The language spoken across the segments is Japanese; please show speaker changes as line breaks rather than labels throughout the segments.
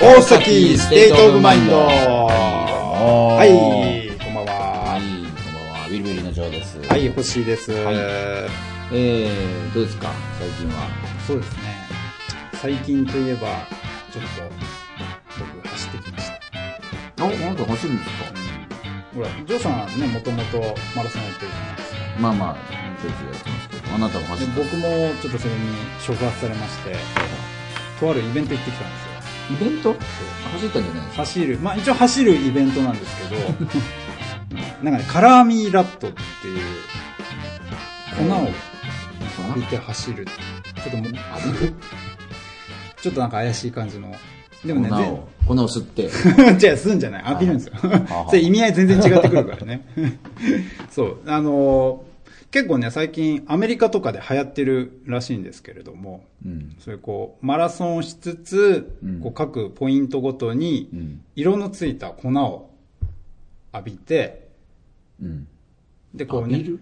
大崎ステートオブマインドはい、こんばん
は
は。
い、こんばんは。ビルビルのジョーです。
はい、星です。
はいえー、どうですか最近は。
そうですね。最近といえば、ちょっと、僕走ってきました。
あ、なんか走るんですか
ほら、ジョーさんね、もともとマラソンやってるじゃないですか。
まあまあ、ちょいちょいやってますけど。あなたも
で
走って
僕もちょっとそれに触発されまして、とあるイベント行ってきたんですよ。
イベント走ったんじゃないですか
走る、まあ一応走るイベントなんです けど、なんかね、カラーミーラットっていう、粉を浴びて走る。ちょっともう、ちょっとなんか怪しい感じの。でもね、
粉を、粉を吸って。
全じゃあすんじゃない浴びるんですよ
あ。
それ意味合い全然違ってくるからね。 そう、あのー結構ね、最近アメリカとかで流行ってるらしいんですけれども、
うん。
そういうこう、マラソンをしつつ、
うん
こう各ポイントごとに、
うん。
色のついた粉を浴びて、
うん。
で、こ
こ
う
う
ね、
る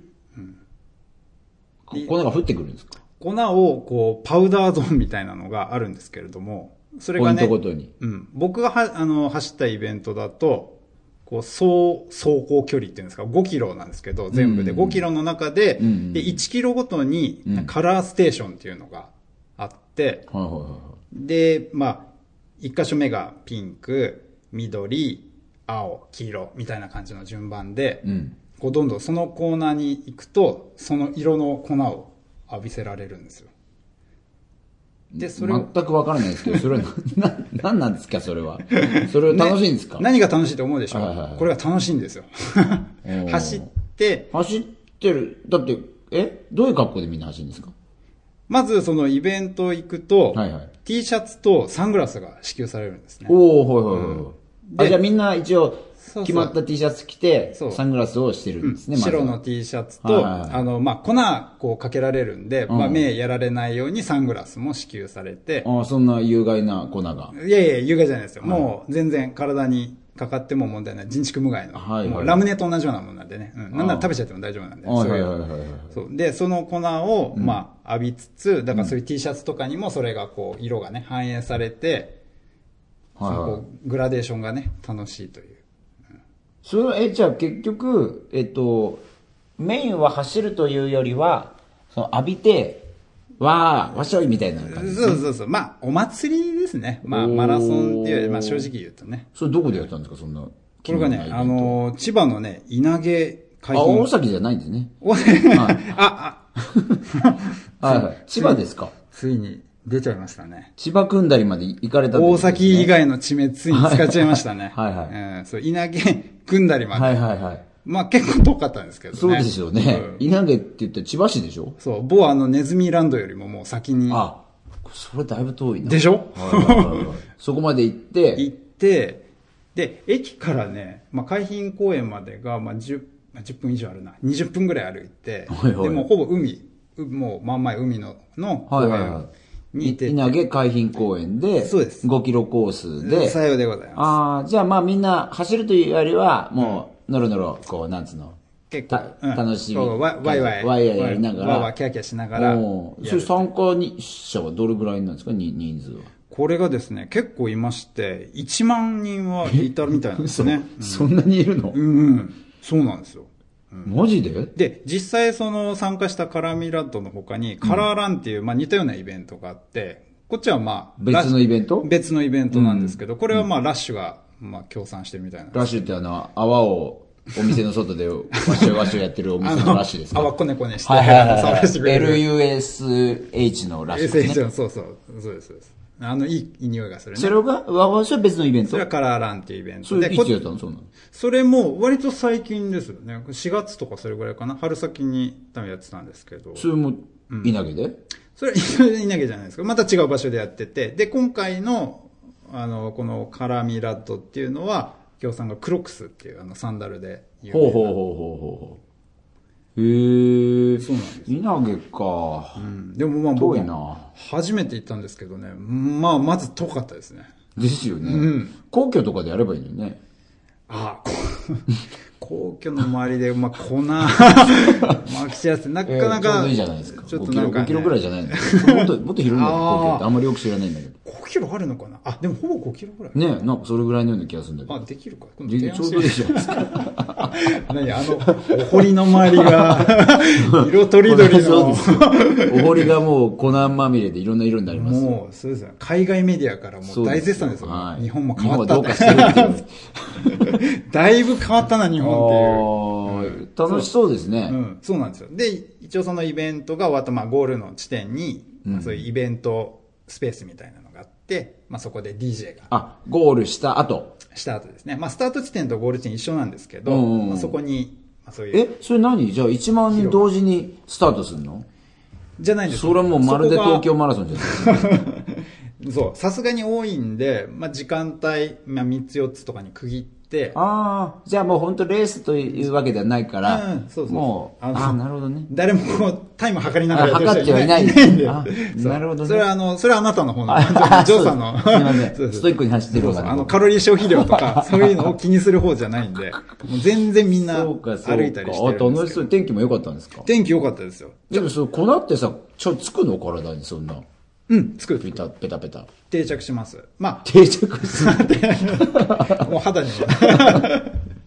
粉が降ってくるんですか
粉をこう、パウダーゾーンみたいなのがあるんですけれども、それ
ポ
が
イント
ね、
ごとに。
うん、僕がはあの走ったイベントだと、こう、走、走行距離っていうんですか、5キロなんですけど、全部で
うんうん
5キロの中で、
うんうん
で1キロごとに
うん
カラーステーションっていうのがあって、
はいはいはいはい。
で、まあ、一箇所目がピンク、緑、青、黄色みたいな感じの順番で、
うん。
こうどんどんそのコーナーに行くと、その色の粉を浴びせられるんですよ。で、それを、
全くわからないですけど、それは、な、なんなんですか、それは。それは楽しいんですか、
何が楽しいと思うでしょう、
はいはいはい
これが楽しいんですよ
お。ー
走って、
走ってる。だって、えどういう格好でみんな走るんですか
まずそのイベント行くと、
はいはい
T シャツとサングラスが支給されるんですね。
おおはいはいはいはい。
で
あ、じゃあみんな一応
そうそう、
決まった T シャツ着て、
そう
サングラスをしてるんですね、まずは
白の T シャツと、
はいはいはい
あの、まあ、粉、こうかけられるんで、まあ、
うん
目やられないようにサングラスも支給されて、
ああ、そんな有害な粉が。
いやいや、優雅じゃないですよ。もう全然体にかかっても問題ない。人畜無害の。
はいはい
もうラムネと同じようなもんなんでね。うん。なんなら食べちゃっても大丈夫なんで。
あはいはい
そ
は
う
いうはいはい。
そう。で、その粉を、まあ、浴びつつ、だからそういう T シャツとかにもそれがこう、色がね、反映されて、
はいはい
そのこうグラデーションがね、楽しいという。
それは、え、じゃあ結局、えっと、メインは走るというよりは、その浴びて、わー、わしょいみたいな感じ。
そうそうそう。まあ、お祭りですね。まあ、
おー
マラソンっていうより、まあ、正直言うとね。
それどこでやったんですか、そんな。
これがね、あ、のー、千葉のね、稲毛
あ、
海
大
浜。
崎じゃないんですね。
おあ、あ、
はいはい。千葉ですか。
ついに出ちゃいましたね。
千葉くんだりまで行かれたってこ
大
とですね。
崎以。外の地名ついに使っちゃいましたね
はいはい
うん、そう、稲毛、組んだりまで。
はいはいはい。
まあ結構遠かったんですけどね。
そうですよね
うん。
稲毛って言ったら千葉市でしょ
そう、某あのネズミランドよりももう先に、
あ、それだいぶ遠いな。
でしょ
はいはいはいはいそこまで行って、
行って、で、駅からね、まあ海浜公園までが、まあ10、まあ10分以上あるな。20分ぐらい歩いて、
はいはい
でもうほぼ海、うもう真ん前海の、の公
はい
園
はいはい。
に
い
行って、
稲毛海浜公園で、
そうです
5キロコースで、
さようでございます。
ああ、じゃあまあみんな走るというよりは、もう、のろのろ、こう、なんつうの。
結構
た、
うん
楽しみ
そうわわいわい。
わいわいやりながら
わいわいキャーキャーしながら。
おーそれ参加に者はどれぐらいなんですか、に人数は。
これがですね、結構いまして、1万人はいたみたいなんですね。
そんなにいるの、
うん、うん、そうなんですよ。
マジで
で、実際その参加したカラーミラッドの他に、カラーランっていう、まあ似たようなイベントがあって、こっちはまあ、
別のイベン
ラッ
ト
シュ別のイベントなんですけど、これはまあラッシュが、まあ協賛してるみたいな。
ラッシュってあの、泡をお店の外でわしょいわしょいやってるお店のラッシュですか
あわこねこねして、
はいはいはい
触
はい。
らせてくれる。
LUSH のラッシュですね。
SH そうそう、そうです、そうです。あの、いいいい匂いがするね。
それが、わわしょい別のイベン
そ
ト
れはカラーランっていうイベン
そ
ト
れ
で、
い
こ
つやったのそうなの
それも割と最近ですよね。4月とかそれぐらいかな。春先に多分やってたんですけど。
それも、稲毛で、
それ、いなきゃじゃないですか。また違う場所でやってて。で、今回の、あの、このカラミラッドっていうのは、京さんがクロックスっていうあのサンダルで有名
ほうほうほうほうほうほう。へえ。
そうなんです
稲毛か。
うん。でもまあ
遠い
僕、
な。
初めて行ったんですけどね。まあ、まず遠かったですね。
ですよね。
うん
皇居とかでやればいいのにね。
あ こ皇居の周りで、まあ、粉、まき散らせ、なかな
ちょう
か、
どいいじゃないですか。
ちょっ
5
と
キ
な
ロ、
んか、
5
ね、
キロぐらいじゃないのもっと、もっと広いんだよ、
あー
東京って。あんまりよく知らないんだけど。
5キロあるのかなあ、でもほぼ5キロぐらい。
ねえ、なんかそれぐらいのような気がするんだけ
あ、
ど。
できるか。今度
で
提
ち
案
ょ
して
うどいいじゃないですか。
何あの、お堀の周り が、色とりどり
そう
の
で。すよ。お堀がもう粉まみれでいろんな色になりますよ。
もう、そうですよ。海外メディアからも
そう
う
よ
大絶賛ですよ。
はい
日本も変わった
日本はどうかしてるっていう。
だいぶ変わったな、 日本
あー楽しそうです
っていう。う
ね。
ん、そうなんですよ。で、一応そのイベントが終わった、まあ、ゴールの地点に、
うん
そういうイベントスペースみたいなのがあって、まあ、そこで DJ が
あ、ゴールした後。
した後ですね。まあ、スタート地点とゴール地点一緒なんですけど、
うんうんうん
まあ、そこに、まあ、そういう、
え、それ何じゃあ1万人同時にスタートするの
じゃないんです
それはもうまるで東京マラソンじゃない
京。 そう、さすがに多いんで、まあ、時間帯、まあ、3つ4つとかに区切って、
ああ、じゃあもう本当レースというわけではないから、
うんそうそう
もう、
あの
ああ、なるほどね。
誰もこうタイム測りながら
あ測ってはいないあ
そう
なるほどね
それはあの、それはあなたの方の、
あ
ジョーさんの。
そうすいません
そうそう
ストイックに走ってる方
そう
が
そうあの、カロリー消費量と か、そういうのを気にする方じゃないんで、もう全然みんな
そ
歩
うか、そうか。
いたりしてる
あ、
んで
楽
すけ
しそう。
ど。
天気も良かったんですか
天気良かったですよ。
でも、その粉ってさ、ちょ、つくの体に、そんな。
うん、作
ペ
る。
タ、ペタ ペタ。
定着します。ま
定着する。
あ、 もう肌には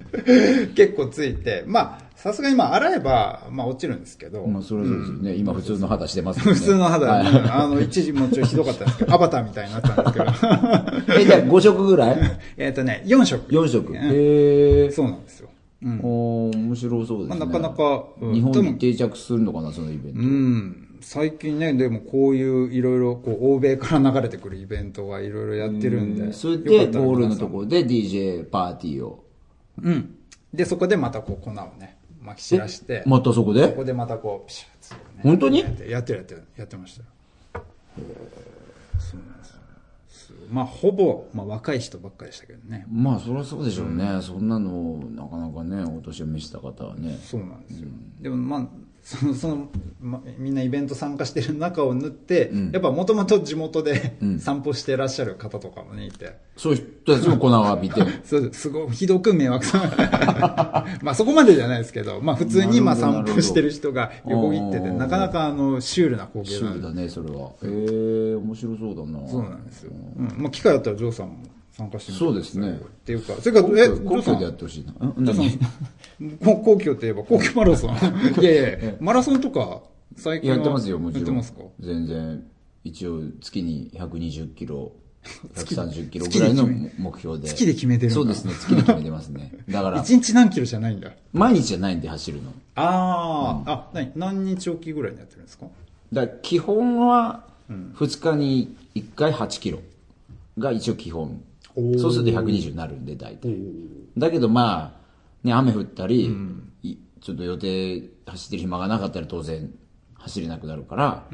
結構ついて、まあ、さすがにまあ、洗えば、まあ、落ちるんですけど、
まあ、それはそうですよね。今、普通の肌してますもん
普
ね。
通の肌、
はい
あの、一時もちょいひどかったんですけど、アバターみたいになったんですけ ど。
え、じゃあ5色ぐらい
えっ、とね、4色。
?4 色。
ね
へえ。
そうなんですよ。うん。
おー面白そうですね。
まあなかなかうん
日本
で
に
も
定着するのかな、そのイベント
う。ん。最近ね、でもこういういろいろ、こう、欧米から流れてくるイベントはいろいろやってるんで。
それ
よか
で
ったら
ゴールの
皆さん
ところで DJ パーティーを
うん。で、そこでまたこう、粉をね、まき散らして、
またそこ
そ
で
こでまたこう、ピシャッと、ね。
本当に
やってやってるやってるやってましたよ。そうなんですよ。まあ、ほぼ、まあ、若い人ばっかりでしたけどね。
まあそりゃそうでしょうね、そんなのなかなかねお年を召した方はね
そうなんですよ、でもまあそのその、ま、みんなイベント参加してる中を縫って、やっぱもともと地元で、散歩してらっしゃる方とかもねいて
そういう人たちも粉を浴びて
そうですすごいひどく迷惑さ まあそこまでじゃないですけど、まあ、普通にまあ
なるほど
散歩してる人が横切って
なるほ
て
ど
なかなかあのシュールな光景
シ
な
ュー
ん
ル
で
だねそれはへえ面白そうだな
そうなんですよ、うんまあ、機会あったらジョーさんも参加してみて
そうですね
っていうかそれからえジョ
皇
ーさ
居でやっ
ん
てほしいなうん何
こ皇居といえば皇居マラ ソンいやいやいやマラソンとか最近は
やってますよもちろ
や
ん
ってますか
全然一応月に120キロ130キロぐらいの
月に
目標で
月で決めてるんだ
そうですね月で決めてま すねだから
一日何キロじゃないんだ。
毎日じゃないんで走るの
ああ、あ、何、何日おきぐらいにやってるんですか
だから基本は2日に1回8キロが一応基本、
おー
そうすると120になるんで大体だけどまあ、ね、雨降ったり、いちょっと予定走ってる暇がなかったら当然走れなくなるから、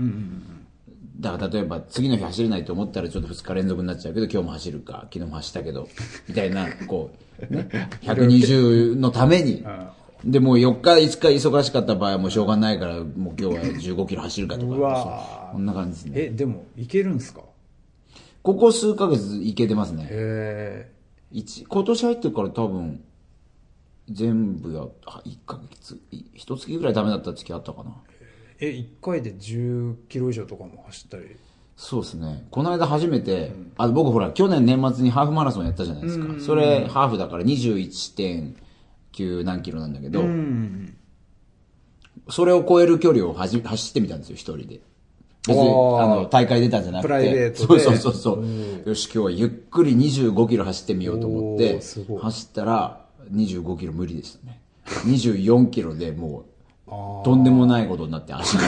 だから例えば次の日走れないと思ったらちょっと2日連続になっちゃうけど今日も走るか昨日も走ったけ どみたいなこう、ね、120のためにでもう4日5日忙しかった場合はもうしょうがないからもう今日は15キロ走るかと
う
か
わー
そうこんな感じですね
え、でも、いけるんですか
ここ数ヶ月いけてますね
へ
一今年入ってから多分全部やあ1ヶ月い一月ぐらいダメだった月あったかな
え。え、1回で10キロ以上とかも走 ったり。
そうですね。この間初めて、あ僕ほら、去年年末にハーフマラソンやったじゃないですか。それ、ハーフだから21.9何キロなんだけど、
うん。
それを超える距離をはじ走ってみたんですよ、一人で。別に、あ
あー
の、大会出たんじゃなくて。
プライベートで
そうそうそうそう。よし、今日はゆっくり25キロ走ってみようと思っ
お
て
ーすごい、
走ったら、25キロ無理でしたね。24キロでもう、
あ
とんでもないことになって足が、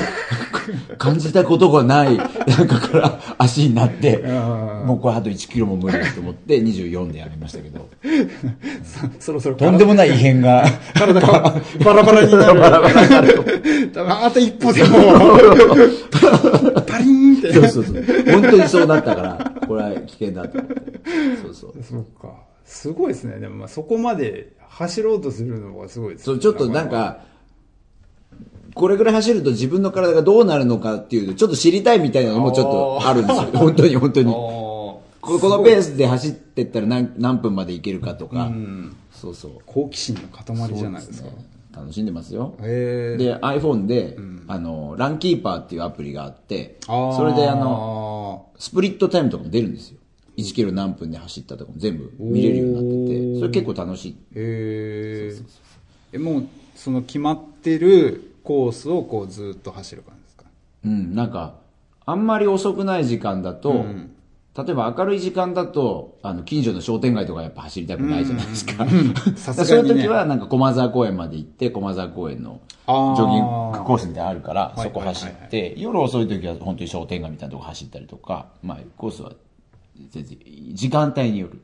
感じたことがない、なんかから足になって、もうこれあと1キロも無理だと思って24でやめましたけど、
あ、そそろそろ
とんでもない異変 が、
体がバラバラになる。
バラバラになると。
多分あと一歩でも う、パリーンって。
そうそうそう。本当にそうなったから、これは危険だと思って。そうそう。
そうか。すごいですね。でも、まあ、そこまで走ろうとするのがすごいですね。
そう、ちょっとなんか、これぐらい走ると自分の 体がどうなるのかっていうのをちょっと知りたいみたいなのもちょっとあるんですよ。本当に本当
あ
に。
ー
ここのペースで走ってったら何何分まで行けるかとか、
うん
そうそう。
好奇心の塊じゃないですか。
そうね楽しんでますよ。
へー
で、iPhone で、あの、ランキーパーっていうアプリがあって、
あー
それであの、スプリットタイムとかも出るんですよ。1キロ何分で走ったとかも全部見れるようになってて、それ結構楽しい。
へーえ、もう、その決まってるコースをこうずっと走る感じですか
うん、なんか、あんまり遅くない時間だと、例えば明るい時間だと、あの、近所の商店街とかやっぱ走りたくないじゃないですか。
さすがにね
そういう時は、なんか駒沢公園まで行って、駒沢公園のジ
あー
ョギングコースみたいなのあるから、
い
そこ走って、夜遅い時は本当に商店街みたいなとこ走ったりとか、まあ、コースは全然、時間帯による。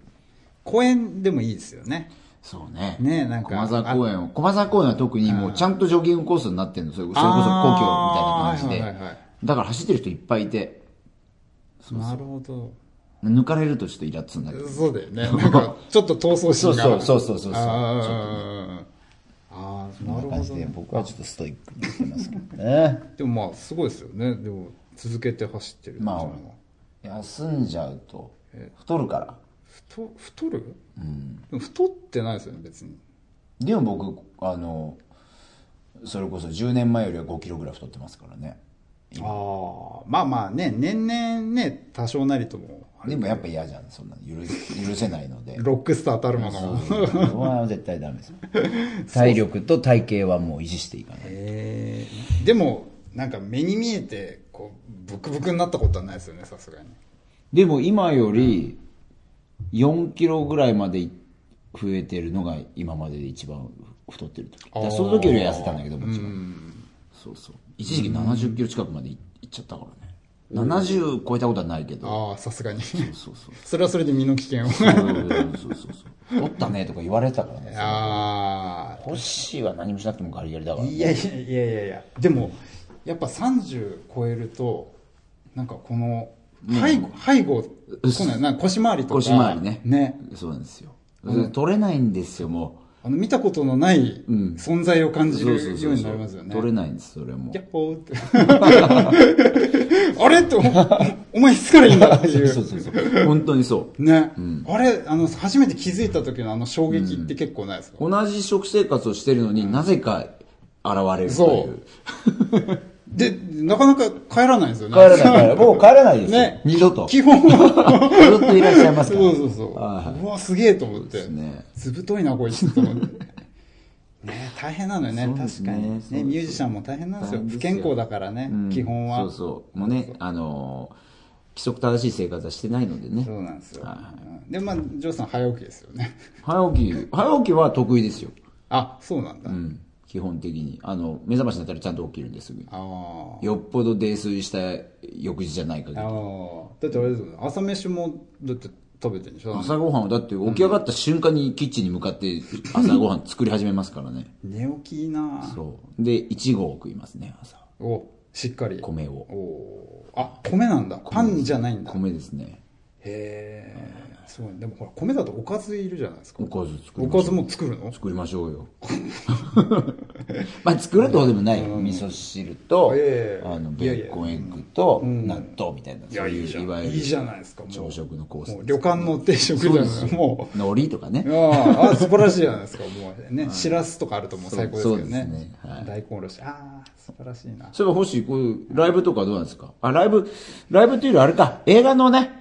公園でもいいですよね。
そうね。
ねえなんか
駒沢公園を、駒沢公園は特にもうちゃんとジョギングコースになってるの、それそれこそ故郷みたいな感じで。
あーはいはいはい
だから走ってる人いっぱいいて、
なるほど。
抜かれるとちょっとイラつんだけど。
そうだよね。なんか、ちょっと闘争心がある。
そうそうそうそうそうそう
あーあー、なるほどね。
僕はちょっとストイックにしてますけどね。
でもまあ、すごいですよね。でも、続けて走ってるっていうのは。
まあ、休んじゃうと、太るから。
太太る、でも太ってないですよね別に
でも僕、あの、それこそ10年前よりは5キロぐらい太ってますからね。
ああまあまあね年々ね多少なりともあれ
でもやっぱ嫌じゃん、そんなの許せ許せないの で。
ロックスターたるも
そう
の
そうは絶対ダメですよ。体力と体型はもう維持していかない。
えーでもなんか目に見えてこうブクブクになったことはないですよねさすがに
でも今より4キロぐらいまで増えてるのが今までで一番太ってる時だからその時よりは痩せたんだけどもちろんそうそう一時期7 0キロ近くまでいいっちゃったからね70超えたことはないけど
ああさすがに
そうそう
それはそれで身の危険を
そうそうそうそう太ったねとか言われてたからね
あ
ホッシーは何もしなくてもガリガリだか
あ
ら
いやいやいやいやいやでもやっぱ30超えるとなんかこの背後、背後、そうなんやなんか腰回りとか。
腰回りね
ね。
そうなんですよそれ取れないんですよも
あの見たことのない
ん
存在を感
う
じ
そ
る
うそう
よ
そうう
にな
そ
りますよ
う
ね。
取れないんですそれも
やっほーって。あれって、 おお前いつからいいんだってい
そう
う。
そうそう本当にそう
ね、あれ、あの、初めて気づいた時のあの衝撃って結構ないですか、
同じ食生活をしてるのになぜか現れるとい
そうう。で、なかなか帰らないんですよね。
帰らない、帰ら ない。もう帰らないですよ。
ね
二度と。ず
基本は。
っといらっしゃいます
そ
か
う
ら。
そうそう。
はいはいう
わ、すげえと思って
です。ね
ずぶといな、こいつと思 って。ね大変なのよね、
そうです
確
ね
かに。
そうで
ね、
す
ミュージシャンも大変なんですよ。
大
不
変ですよ
健康だからね、
うん
基本は。
そうそう。もうね、あのー、規則正しい生活はしてないのでね
そ。うなんですよ。
はいは
うんで、まあ、ジョーさん早起きですよね。
早起き、早起きは得意ですよ。
あ、そうなんだ。
うん。基本的に。あの、目覚ましになったらちゃんと起きるんですぐに。
ああ。
よっぽど泥酔した翌日じゃない限り
ああ。だってあれですよね。朝飯も、だって食べてるんでしょ
朝ごはんはだって起き上がった瞬間にキッチンに向かって朝ごはん作り始めますからね。
寝起きいいな
そう。で、いちごを食いますね、朝。
お、しっかり。
米を。
おーあ、米なんだ。パンじゃないんだ。へ
米ですね。
え。すごい。でもほら、米だとおかずいるじゃないですか
お。かず作り
お
ま
か
し
ず
ょう。
も作るの
作りましょうよ。 まあ作るってことでもないよ。味噌汁と、
いやいやいや
あの、
い
ベ
やいや
ーコンエッグと、納豆みたいな。
いや、いいじゃ
いわ
ん。
ゆる
いいじゃないですか。もう
朝食のコース
もう旅館の定食じゃないですか。もう。
海苔とかね。
あああ、素晴らしいじゃないですか。もう ね、しらすとかあるともう最高ですけど
そうそうです
ね
ねは。い
大根おろし。ああ、素晴らしいな。
そういえば星、こういうライブとかどうなんですかあ、ライブ、ライブっていうよりあれか、映画のね、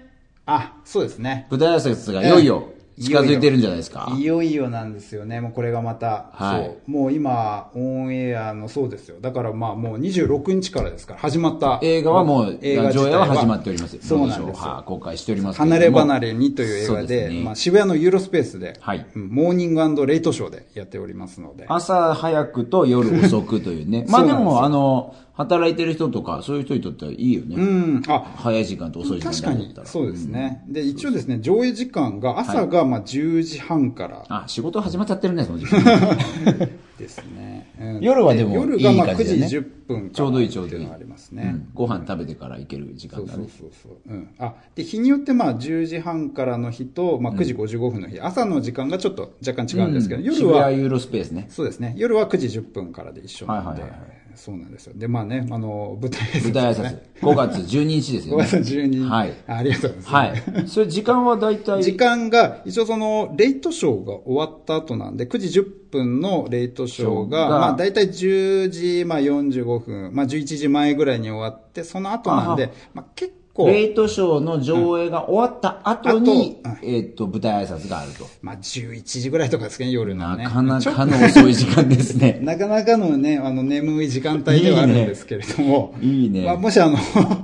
あ、そうですね。
舞台挨拶がいよいよ
ええ
近づいてるんじゃないですか。
いよいよなんですよね。もうこれがまた。
はい
そう。もう今、オンエアのそうですよ。だからまあもう26日からですから、始まった。
映画はもう、
映画自体
上映は始まっております。
そうなんです
ど
よ
しょう。公開しておりますけども。
離れ離れにという映画
そう
で、
すね
まあ、渋谷のユーロスペースで、
はい
うんモーニングレイトショーでやっておりますので。
朝早くと夜遅くというね。まあ
そう
で
なんですよ
も、あの、働いてる人とか、そういう人にとってはいいよね。
うん。あ、
早い時間と遅い時
確
間
か
だっ
に
た、ら。
そうですね。で、一応ですね、上映時間が朝がまあ10時半から
あ、仕事始まっちゃってるね、その時 間。
ですね。うん
夜はでも
夜がまあ
いい
9
感じ
時
だね
10分から
ちょうどいいちょうどいい
ってのがあります
う
ね。
んご飯食べてから行ける時
そ
間
う
だ
そう
ね。
そうそう。うん。あ、で、日によってまあ10時半からの日と、まあ9時55分の日、朝の時間がちょっと若干違うんですけど、
うん
夜
渋
は、
谷ユーロスペースね。
そうですね、夜は9時10分からで一緒なので、
はいはいはいは
そうなんですよ。で、まあね、あの、舞台挨拶、
舞台挨拶。5月12日です
5
よね。
月12日。
はい。
あありがとうございます。
はい。それ時間は大体、
時間が、一応その、レイトショーが終わった後なんで、9時10分のレイトショー
ショ
が、
ーが
まあ大体10時、まあ45分、まあ11時前ぐらいに終わって、その後なん
あ
で、まあ結構、
レイトショーの上映が終わった後に、
うんあ
えっと、舞台挨拶があると。
まあ11時ぐらいとかですけど、夜の
な
ね。
かなかの遅い時間ですね。
なかなかのね、あの、眠い時間帯ではあるんですけれども、
いいねいいね
まあもしあの、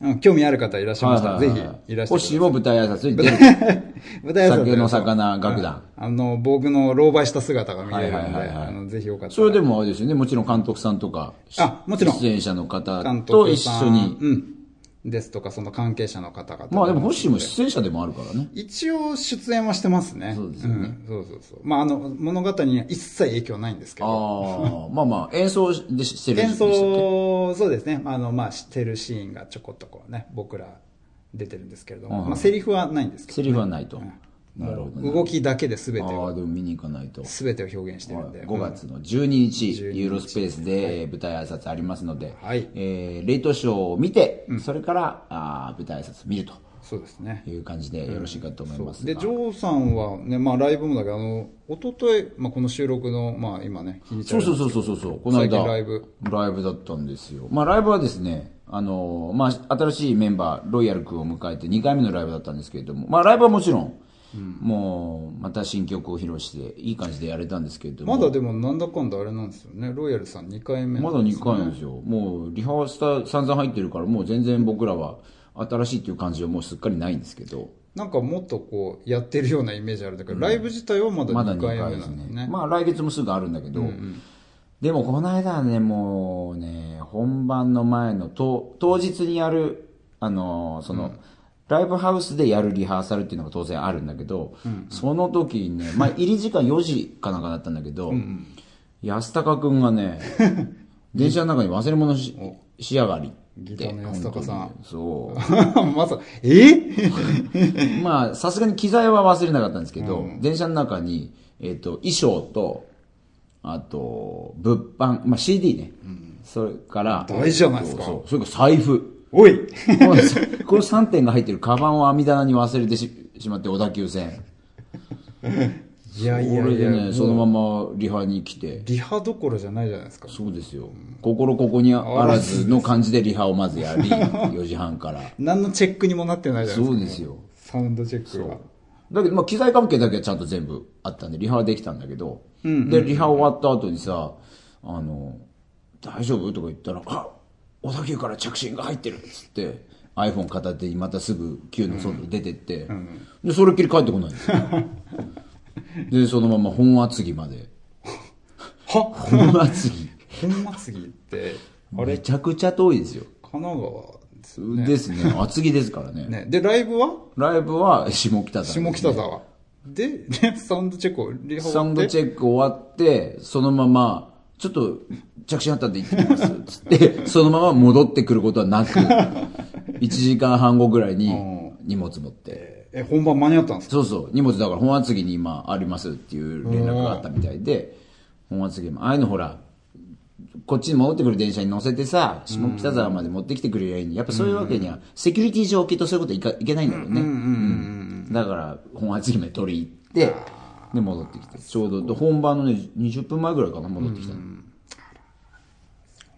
うん興味ある方いらっしゃいましたら、
は
ぜ
いはいはい
ひいらっしゃい
も
ま
し
せ。
も舞台挨拶に出る。
舞台挨拶
酒の 魚楽団。
あの、僕の狼狽した姿が見れる
は
の
い
で、
はいはいはい
あの、ぜひよかったら。
それでもあれですよね、もちろん監督さんとか、
あもちろん
出演者の方
監督
と一
さん
緒に。
うん。ですとか、その関係者の方々。
まあでも、星も出演者でもあるからね。
一応出演はしてますね。
そうですよね
んそうそうそう。まあ、あの、物語には一切影響ないんですけど。
ああ、まあまあ、演奏でしてる
演
んでしたっけ
奏、そうですね。あの、まあ、してるシーンがちょこっとこうね、僕ら出てるんですけれども、
うん
まあ、セリフはないんですけ
セ
ど、
リフはないと。なるほど、ね。
動きだけで全て
ああ
を、
ー、でも見に行かないと。
全てを表現してるんで。
5月の12日、
12日
ユーロスペースでえー舞台挨拶ありますので、
はい
えーレイトショーを見て、それからあー舞台挨拶見ると
そうですね。
いう感じでよろしいかと思いますが、
で、ジョーさんはね、まあ、ライブもだけど、あの、一昨日まあ、この収録の、まあ、今ね、日にち
そうそうそうそうそうそう、この間
最近ライブ、
ライブだったんですよ。まあライブはですね、あのーまあ新しいメンバー、ロイヤル君を迎えて2回目のライブだったんですけれども、まあライブはもちろん、もうまた新曲を披露して、いい感じでやれたんですけれども、
まだでも、なんだかんだあれなんですよね、ロイヤルさん2回目
まだ2回なんですよ。もう、リハーサル散々入ってるから、もう全然僕らは、新しいっていう感じはもうすっかりないんですけど、
なんかもっとこう、やってるようなイメージあるんだけど、ライブ自体はまだ
まだ
2
2
回目なん
回で
ですすね。
ね。まあ、来月もすぐあるんだけど、でも、この間はね、もうね、本番の前の、と当日にやる、あのー、その、ライブハウスでやるリハーサルっていうのが当然あるんだけど、その時にね、まあ、入り時間4時かなんかだったんだけど、安高くんが ね、電車の中に忘れ物ししやがりって。
ギターの安高さん
本当に。そ う。
まさ、え
まあ、さすがに機材は忘れなかったんですけど、電車の中に、えっ、と、衣装と、あと、物販、まあ CD ね。それから、
大事じゃないですか
そう、それから財布。
お い
この この3点が入ってるカバンを網棚に忘れてししまって、小田急線。
いやい
こ
や
れ
い
で
や、
ね、そのままリハに来て、
リハどころじゃないじゃないですか。
そうですよ。心ここにあらずの感じでリハをまずやり、4時半から。
何のチェックにもなってないじゃない
そう
で
ですよ。
すか。サウンドチェックが。
だけど、まあ、機材関係だけはちゃんと全部あったんで、リハはできたんだけど、で、リハ終わった後にさ、あの、大丈夫とか言ったら、あ小田急から着信が入ってるっつって、iPhone 片手にまたすぐ急の外に出てって、で、それっきり帰ってこないん ですよ。で、そのまま本厚木まで。
は
本厚木。
本祭ぎって、あれ、
めちゃくちゃ遠いですよ。
神奈川です。
ですね。厚木ですからね。
ね。で、ライブは
ライブは下北沢ですね、
下北沢。で、ねサウンドチェックをリハ
サウンドチェック終わって、そのまま、ちょっと着信あったんで行ってきます。つって、 そのまま戻ってくることはなく、1時間半後ぐらいに荷物持って。
ええ、本番間に合ったんですか
そうそう、荷物だから本厚木に今ありますっていう連絡があったみたいで、本厚木も、ああいうのほら、こっちに戻ってくる電車に乗せてさ、下北沢まで持ってきてくれりゃいいのにやっぱそういうわけには、セキュリティ上きっとそういうこといかいけないんだよね。うんだから、本厚木まで取り行って、で、戻ってきて。ちょうどで、本番のね、20分前ぐらいかな、戻ってきたの。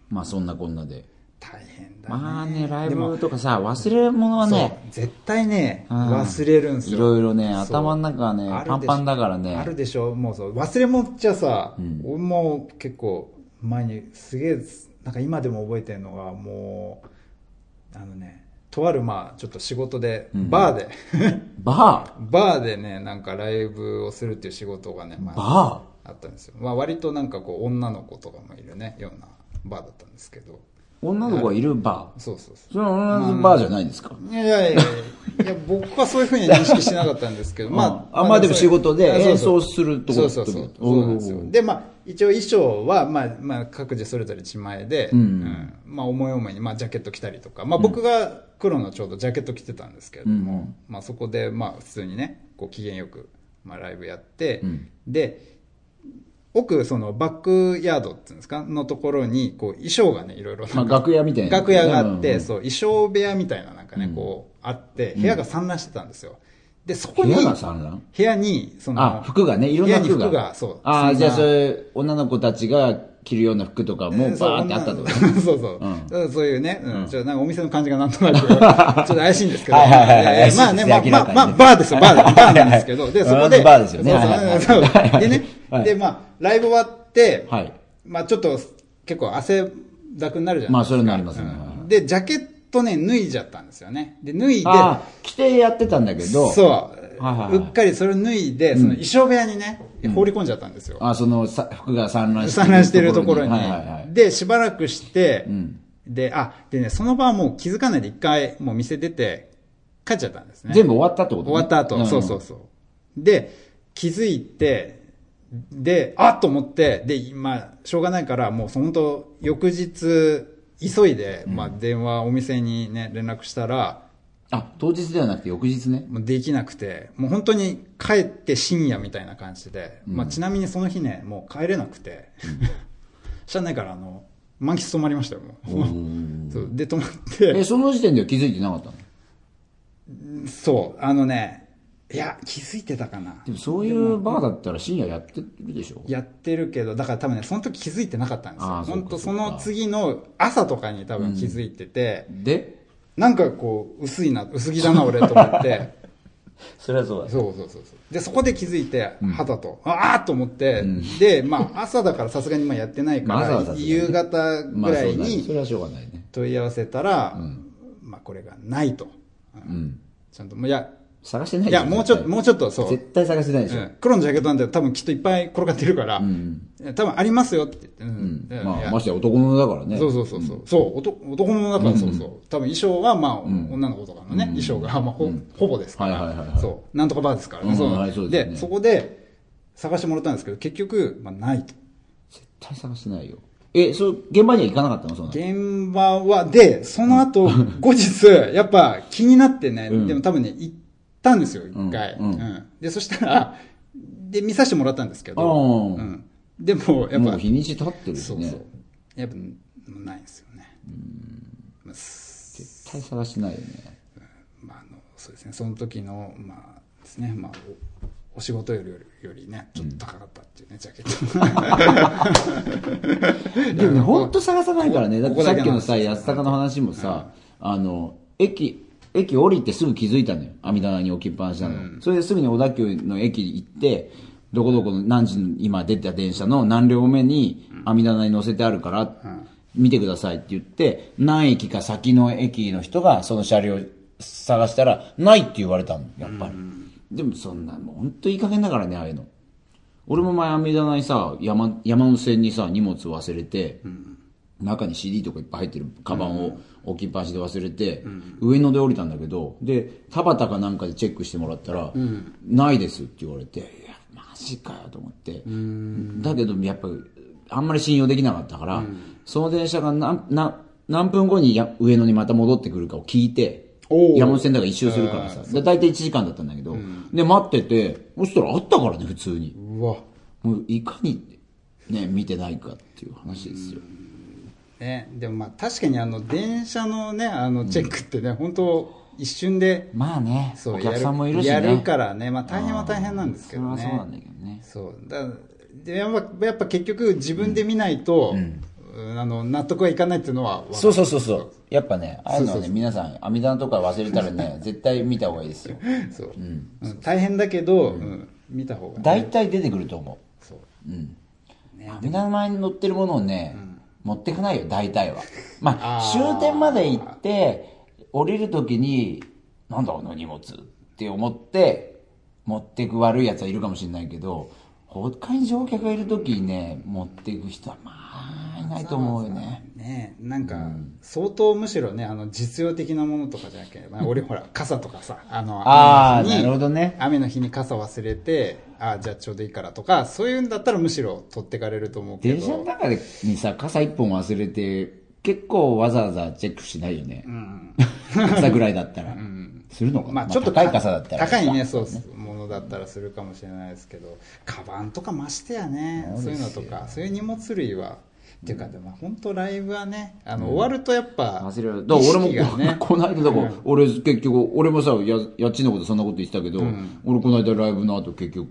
まあ、そんなこんなで。
大変だ。
まあね、ライブとかさ、忘れ物は
そ
ね
う、。絶対ね、
うん
忘れるんす
い
よ。
ろいろね、
そう
頭の中がね
あるでし、ょ
パンパンだから
ある
ね。
でしょもうそう忘れ物っちゃさ、俺も結構前にすげえなんか今でも覚えてるのがもうあのねとあるまあちょっと仕事でバーで、
バ
バーでねなんかライブをするっていう仕事がね、ま
ー
あ、
バ
あったんですよ、まあ、割となんかこう女の子とかもいるねようなバーだったんですけど
ー女の子がいるバ
そうそうそ
ーそれは女の子バーじゃないんですか
ういやいやいやいやいや僕はそういうふうに認識しなかったんですけど、ま
うん
あ、
あまあでも仕事で
あそうそう
演奏するとこ
そ
ろ
うそうそう
ってこと
そうなんです
お
よ
ー
でまあ一応衣装は、まあまあ、各自それぞれ自前で、
ん
うんまあ、思い思いに、まあ、ジャケット着たりとか、まあ、僕が黒のちょうどジャケット着てたんですけれども、
うん
まあ、そこで、まあ、普通にねこう機嫌よく、まあ、ライブやって、
うん
で奥、そのバックヤードっていうんですかのところに、こう、衣装がね、いろいろなんか
まあ、楽屋みたいな。
楽屋があって、
うん
そう、衣装部屋みたいななんかね、
うん
こう、あって、部屋が散乱してたんですよ。で、そこ
部
に、
屋が産卵
部屋に、その、
あ、服がね、いろんな服
部
が。
屋に服がそう
あ
そ
あ、
んな
じゃあそういう女の子たちが着るような服とかも
え
バ
そう
ーってあったってこと
女の そうそう。
うん
だからそういうね、うん、ちょっとなんかお店の感じがなんと なく、ちょっと怪しいんですけど。
はいはいはいはい
えーまあね、まあ
怪しいです
ま
ね
あ、まあ、バーですよ、バーです。バーなんですけど。で、そこで。
バーですよね
そう
はいはいはい
そう
はいはい
でね
はい、
で、まあ、ライブ終わって、
はい
まあ、ちょっと、結構汗だくになるじゃないですか。
まあそれになりますね
うん
はいは
で、ジャケットね、脱いじゃったんですよね。で、脱いで、
ああ、着てやってたんだけど、。
そう。
はいはいはいう
うっかりそれ脱いで、その衣装部屋にね、放り込んじゃったんですよ。
あそのさ服が産卵して
散乱してるところに。
はいはいはい。
で、しばらくして、
ん
で、あ、でね、その場はもう気づかないで一回もう店出て帰っちゃったんですね。
全部終わったってことね
終わった後、
ん
そうそうそう。で、気づいて、で、あっと思って、で、今、しょうがないから、もう本当、翌日、急いで、まあ、電話、お店にね、連絡したら、
あ、当日ではなくて翌日ね。
もうできなくて、もう本当に帰って深夜みたいな感じで、まあちなみにその日ね、もう帰れなくて、 車内からあの、満喫泊まりましたよ、もう。 そうで、泊まって、
え、その時点では気づいてなかったの
そう、あのね、いや、気づいてたかな
で。もそういうバーだったら深夜やってるでしょ
やってるけど、だから多分ね、その時気づいてなかったんですよ
ああ。そうか
本当
そ
そう
か
の次の朝とかに多分気づいてて、
で
なんかこう、薄いな、薄着だ な、俺と思って、
それはそうだ。
そうそうそうそう。で、そこで気づいて、肌と、ああと思って、で、まあ、朝だからさすがにまあやってないか
まあ朝
ら、
はさすがに
夕方ぐ
まあ
ら
そう
い
だね。そ
に
れはしょうがないね。
問い合わせたら、まあ、これがないと。
うん。
ちゃんと、もういや、
探してない
い
でし
や、もうちょっと、もうちょっと、そう。
絶対探してないでしょ。
うん黒のジャケットなんて多分きっといっぱい転がってるから、多分ありますよって言って、うんうんい
まあ、
や
ましてや男のだからね。
そうそうそうそう。そう、男男の中でそうそう。多分衣装は、まあ、女の子とかのね、衣装が、まあ、ほほぼですから。
はいはいはいはい
そう。なんとかバーですからね。
うん
そう
はいそうですね
で、そこで探してもらったんですけど、結局、まあ、ないと。
絶対探してないよ。え、そう、現場には行かなかったのそんなの
現場は、で、その後、後日、やっぱ気になってね、でも多分ね、行ったんですよ、一回、
うんうん
うんで、そしたら、で、見させてもらったんですけ
あ
ど、
あ
うんでも、やっ
も
ぱ
う、日にち経ってるし
そう
ね。
そう。やっぱ、ないんですよね。まあ
絶対探してないよね。
まあ、あのそうですねその時のまあですねまあおお仕事よりよりねちょっと高かったっていうね、ジャケット
でもね、ほんと探さないからね。だっ
こ
て
こ
さ
だ
っ
け
き
の
の
話
さ、安坂の話もさ、あの、駅、駅降りてすぐ気づいたのよ。網棚に置きっぱなしなの。それですぐに小田急の駅行って、どこどこの何時に今出た電車の何両目に網棚に乗せてあるから、見てくださいって言って、何駅か先の駅の人がその車両探したら、ないって言われたの、やっぱり。でもそんな、もうほんといい加減だからね、ああいうの。俺も前網棚にさ山山手線にさ荷物忘れて、中に CD とかいっぱい入ってるカバンを置きっぱなしで忘れて、上野で降りたんだけどで田畑かなんかでチェックしてもらったら「ないです」って言われていやマジかよと思ってだけどやっぱあんまり信用できなかったから、その電車が何何何分後にや上野にまた戻ってくるかを聞いて
おー
山手線だから一周するからさだ大体1時間だったんだけど、で待っててそしたらあったからね普通に。
うわ
もういかにね、見てないかっていう話ですよ。
ねでもまあ確かにあの電車のねあのチェックってね、本当一瞬で
まあね、
そう
お客さんもいるしね。
やるやるからねまあ大変は大変なんですけど
そ
ね
れはそうなんだけどね。
そうだでやっぱやっぱ結局自分で見ないと、うんあの納得はいかないっていうのはわかる
そうそうそうそう。やっぱね、ああいうのは
そうそう
ね、皆さん、網棚とか忘れたらね、絶対見た方がいいで すよ。
そう、うん大変だけど、うん見た方が、ね、
大体出てくると思
そう
う。うん。網棚前に乗ってるものをね、持ってかないよ、大体は。まあ、
あー
終点まで行って、降りるときに、なんだこの荷物って思って、持ってく悪い奴はいるかもしれないけど、他に乗客がいるときにね、持っていく人はまあ、いないと思うよね。
ねえなんか相当むしろねあの実用的なものとかじゃなけれ ば俺ほら傘とかさあの
あー
雨の日に
なるほどね
雨の日に傘忘れてああじゃあちょうどいいからとかそういうんだったらむしろ取ってかれると思うけ
電車の
ど
中でにさ、傘一本忘れて、結構わざわざチェックしないよね。 傘ぐらいだったら。するのかな
まあちょっと
高い傘だったら。
高いねそうそうものだったらするかもしれないですけどカバンとかましてやねそういうのとかそういう荷物類はっていうかでも本当ライブはねあの、終わるとやっぱ
忘れる。だから俺も
意識が
こ、
ね
この間だから、
うん
俺結局、俺もさ、や、やっちのことそんなこと言ってたけど、俺この間ライブの後結局、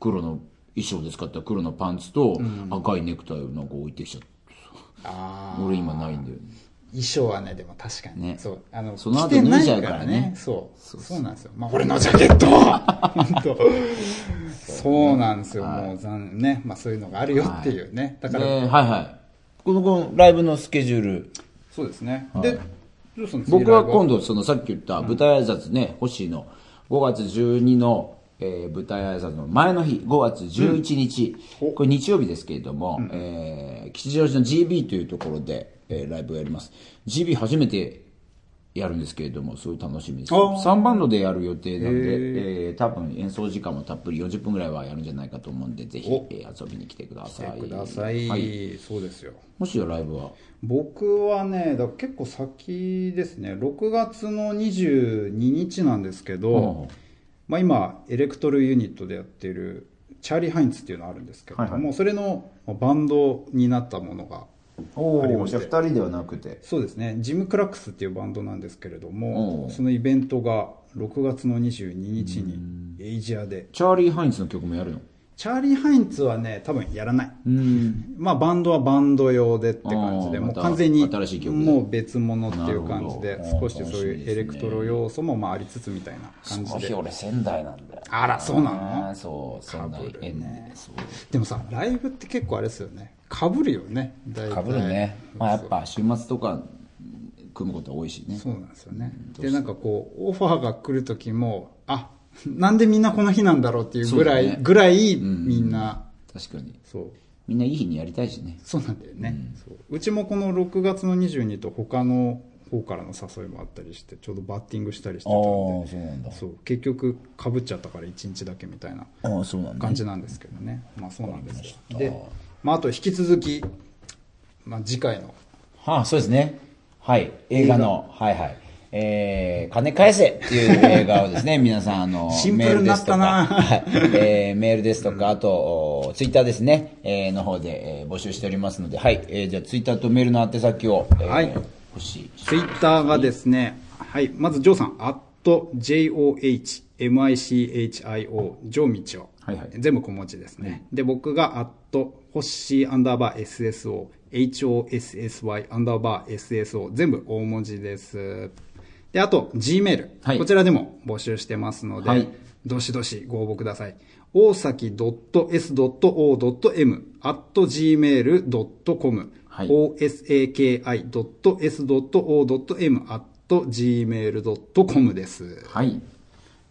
黒の衣装で使った黒のパンツと赤いネクタイをなんか置いてきちゃって
あー
俺今ないんだよね。
衣装はねでも確かに、
ね
そうあの
その後
着てない
脱いじゃうからね
そうそうなんですよ、まあ、俺のジャケット 本当そうなんですよ、もう残ね、まあ、そういうのがあるよっていうね、だ
で、
から、
はいはい。この、このライブのスケジュール。
そうですね、でどうするんですか
僕は
ライ
今
ブ
度、そのさっき言った舞台挨拶ね、星野、5月12の、えー舞台挨拶の前の日、5月11日、これ日曜日ですけれども、えー吉祥寺の GB というところで、えーライブをやります。GB 初めてやるんですけれども、すごい楽しみです。
あー
3バンドでやる予定なんで、えー多分演奏時間もたっぷり40分ぐらいはやるんじゃないかと思うんで、ぜひ
お、
えー遊びに来てくださ
来
い。
てください、
はい。
そうですよ
もしよライブは、
僕はね、だから結構先ですね、6月の22日なんですけど、
うん
まあ、今、エレクトルユニットでやってる、チャーリー・ハインツっていうのあるんですけど、
はいはい
もうそれのまあバンドになったものが、
お
ーありまして
2人ではなくて。
そうですね、ジム・クラックスっていうバンドなんですけれど
お
も、
う
そのイベントが6月の22日にエイジアで、
チャーリー・ハインズの曲もやるの
チャーリー・ハインツはね、多分やらない。
うん。
まあ、バンドはバンド用でって感じで、
あー
も
ま
う
た
完全に
新しい曲で
もう別物っていう感じで
なる、ほ
少
ど
しそういうエレクトロ要素もまあありつつみたいな
そ
感
の
じ
日
で。
俺仙台なんだよ。
あらそうなの
あーそう、そんな縁ね。そう
でもさ、ライブって結構あれですよね。かぶるよね、大体
かぶるね。まあやっぱ週末とか組むこと多いしね。
そうなんですよね。で、なんかこう、オファーが来る時も、あ、なんでみんなこの日なんだろうっていうぐら
そう
い、
だね
ぐらいみんな、
確かに。
そう。
みんないい日にやりたいしね。
そうなんだよね、そううちもこの6月の22と他の方からの誘いもあったりしてちょうどバッティングしたりしてたん
あー
で
そうなんだ
そう結局かぶっちゃったから1日だけみたいな
ああ、そうなん
感じなんですけどね、まあそうなんですよ
わかりま
で
した、
まあ、あと引き続き、まあ、次回の
はあ、そうですね。はい。映画の、はいはい。えー、金返せっていう映画をで すね、皆さん、あの、
シンプルになったな
メールですとか、はいえー、メールですとか、あと、ツイッターですね、えー、の方で、えー募集しておりますので、はい。えー、じゃあ、ツイッターとメールの宛先を、えー
はい
欲しい。
ツイッターがですね、はい、まずジョーさん、アット JOHMICHIO、ジョー道夫。
はいはい
全部小文字ですね。で、僕がアット、ホッシーアンダーバー SSO、HOSSY アンダーバー SSO、全部大文字です。で、あと、Gmail、
はい
こちらでも募集してますので、
はい
どしどしご応募ください。大崎 .s.o.m at gmail.com、
はい
osaki.s.o.m at gmail.com です。
はい。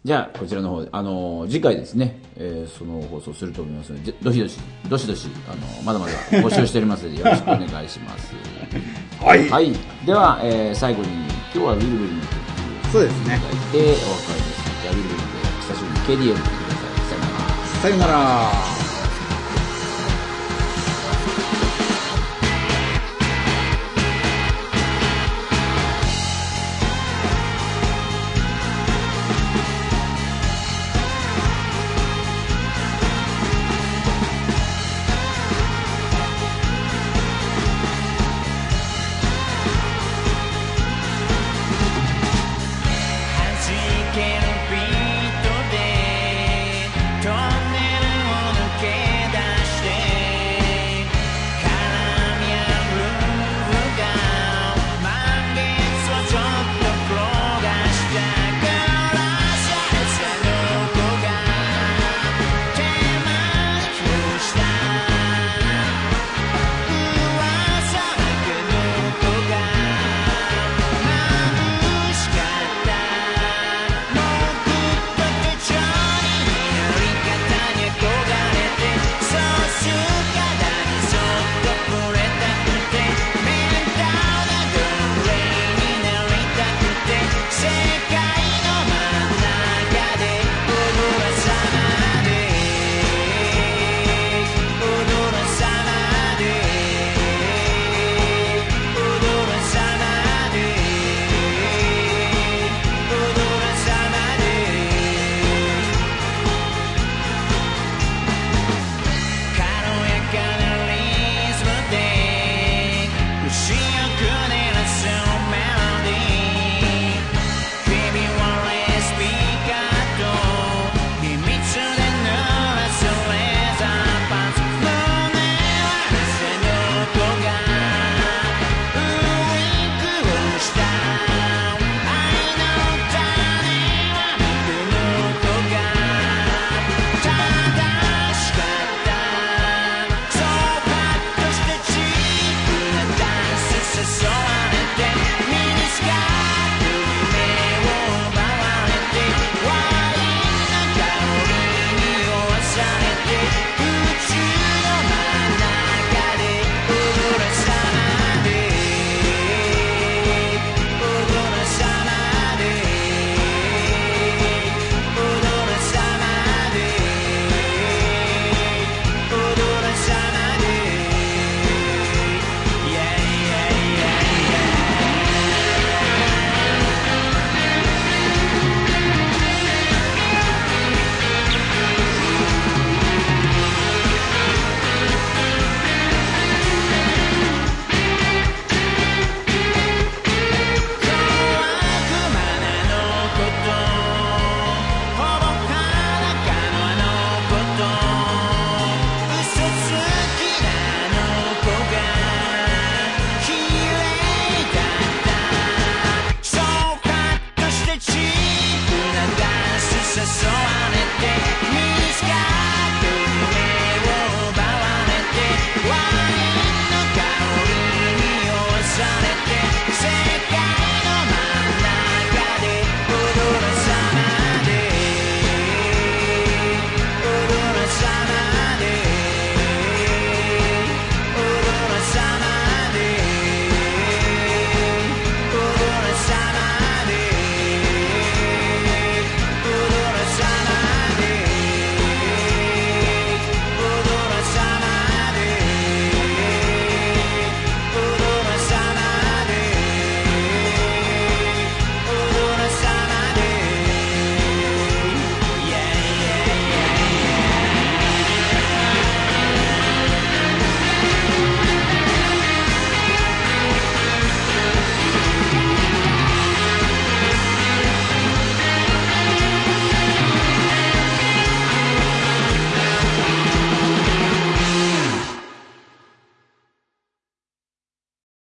じゃあ、こちらの方で、あのー次回ですね、えーその放送すると思いますので、ぜどしどし、どしどし、あのーまだまだ募集しておりますので、よろしくお願いします。
はい
はい。では、えー最後に、今日はウィルブルの曲を
そうですね。
いてお別れです。じゃあ、ウィルブルで、久しぶりに KDM を聴いてください。さよなら。
さよなら。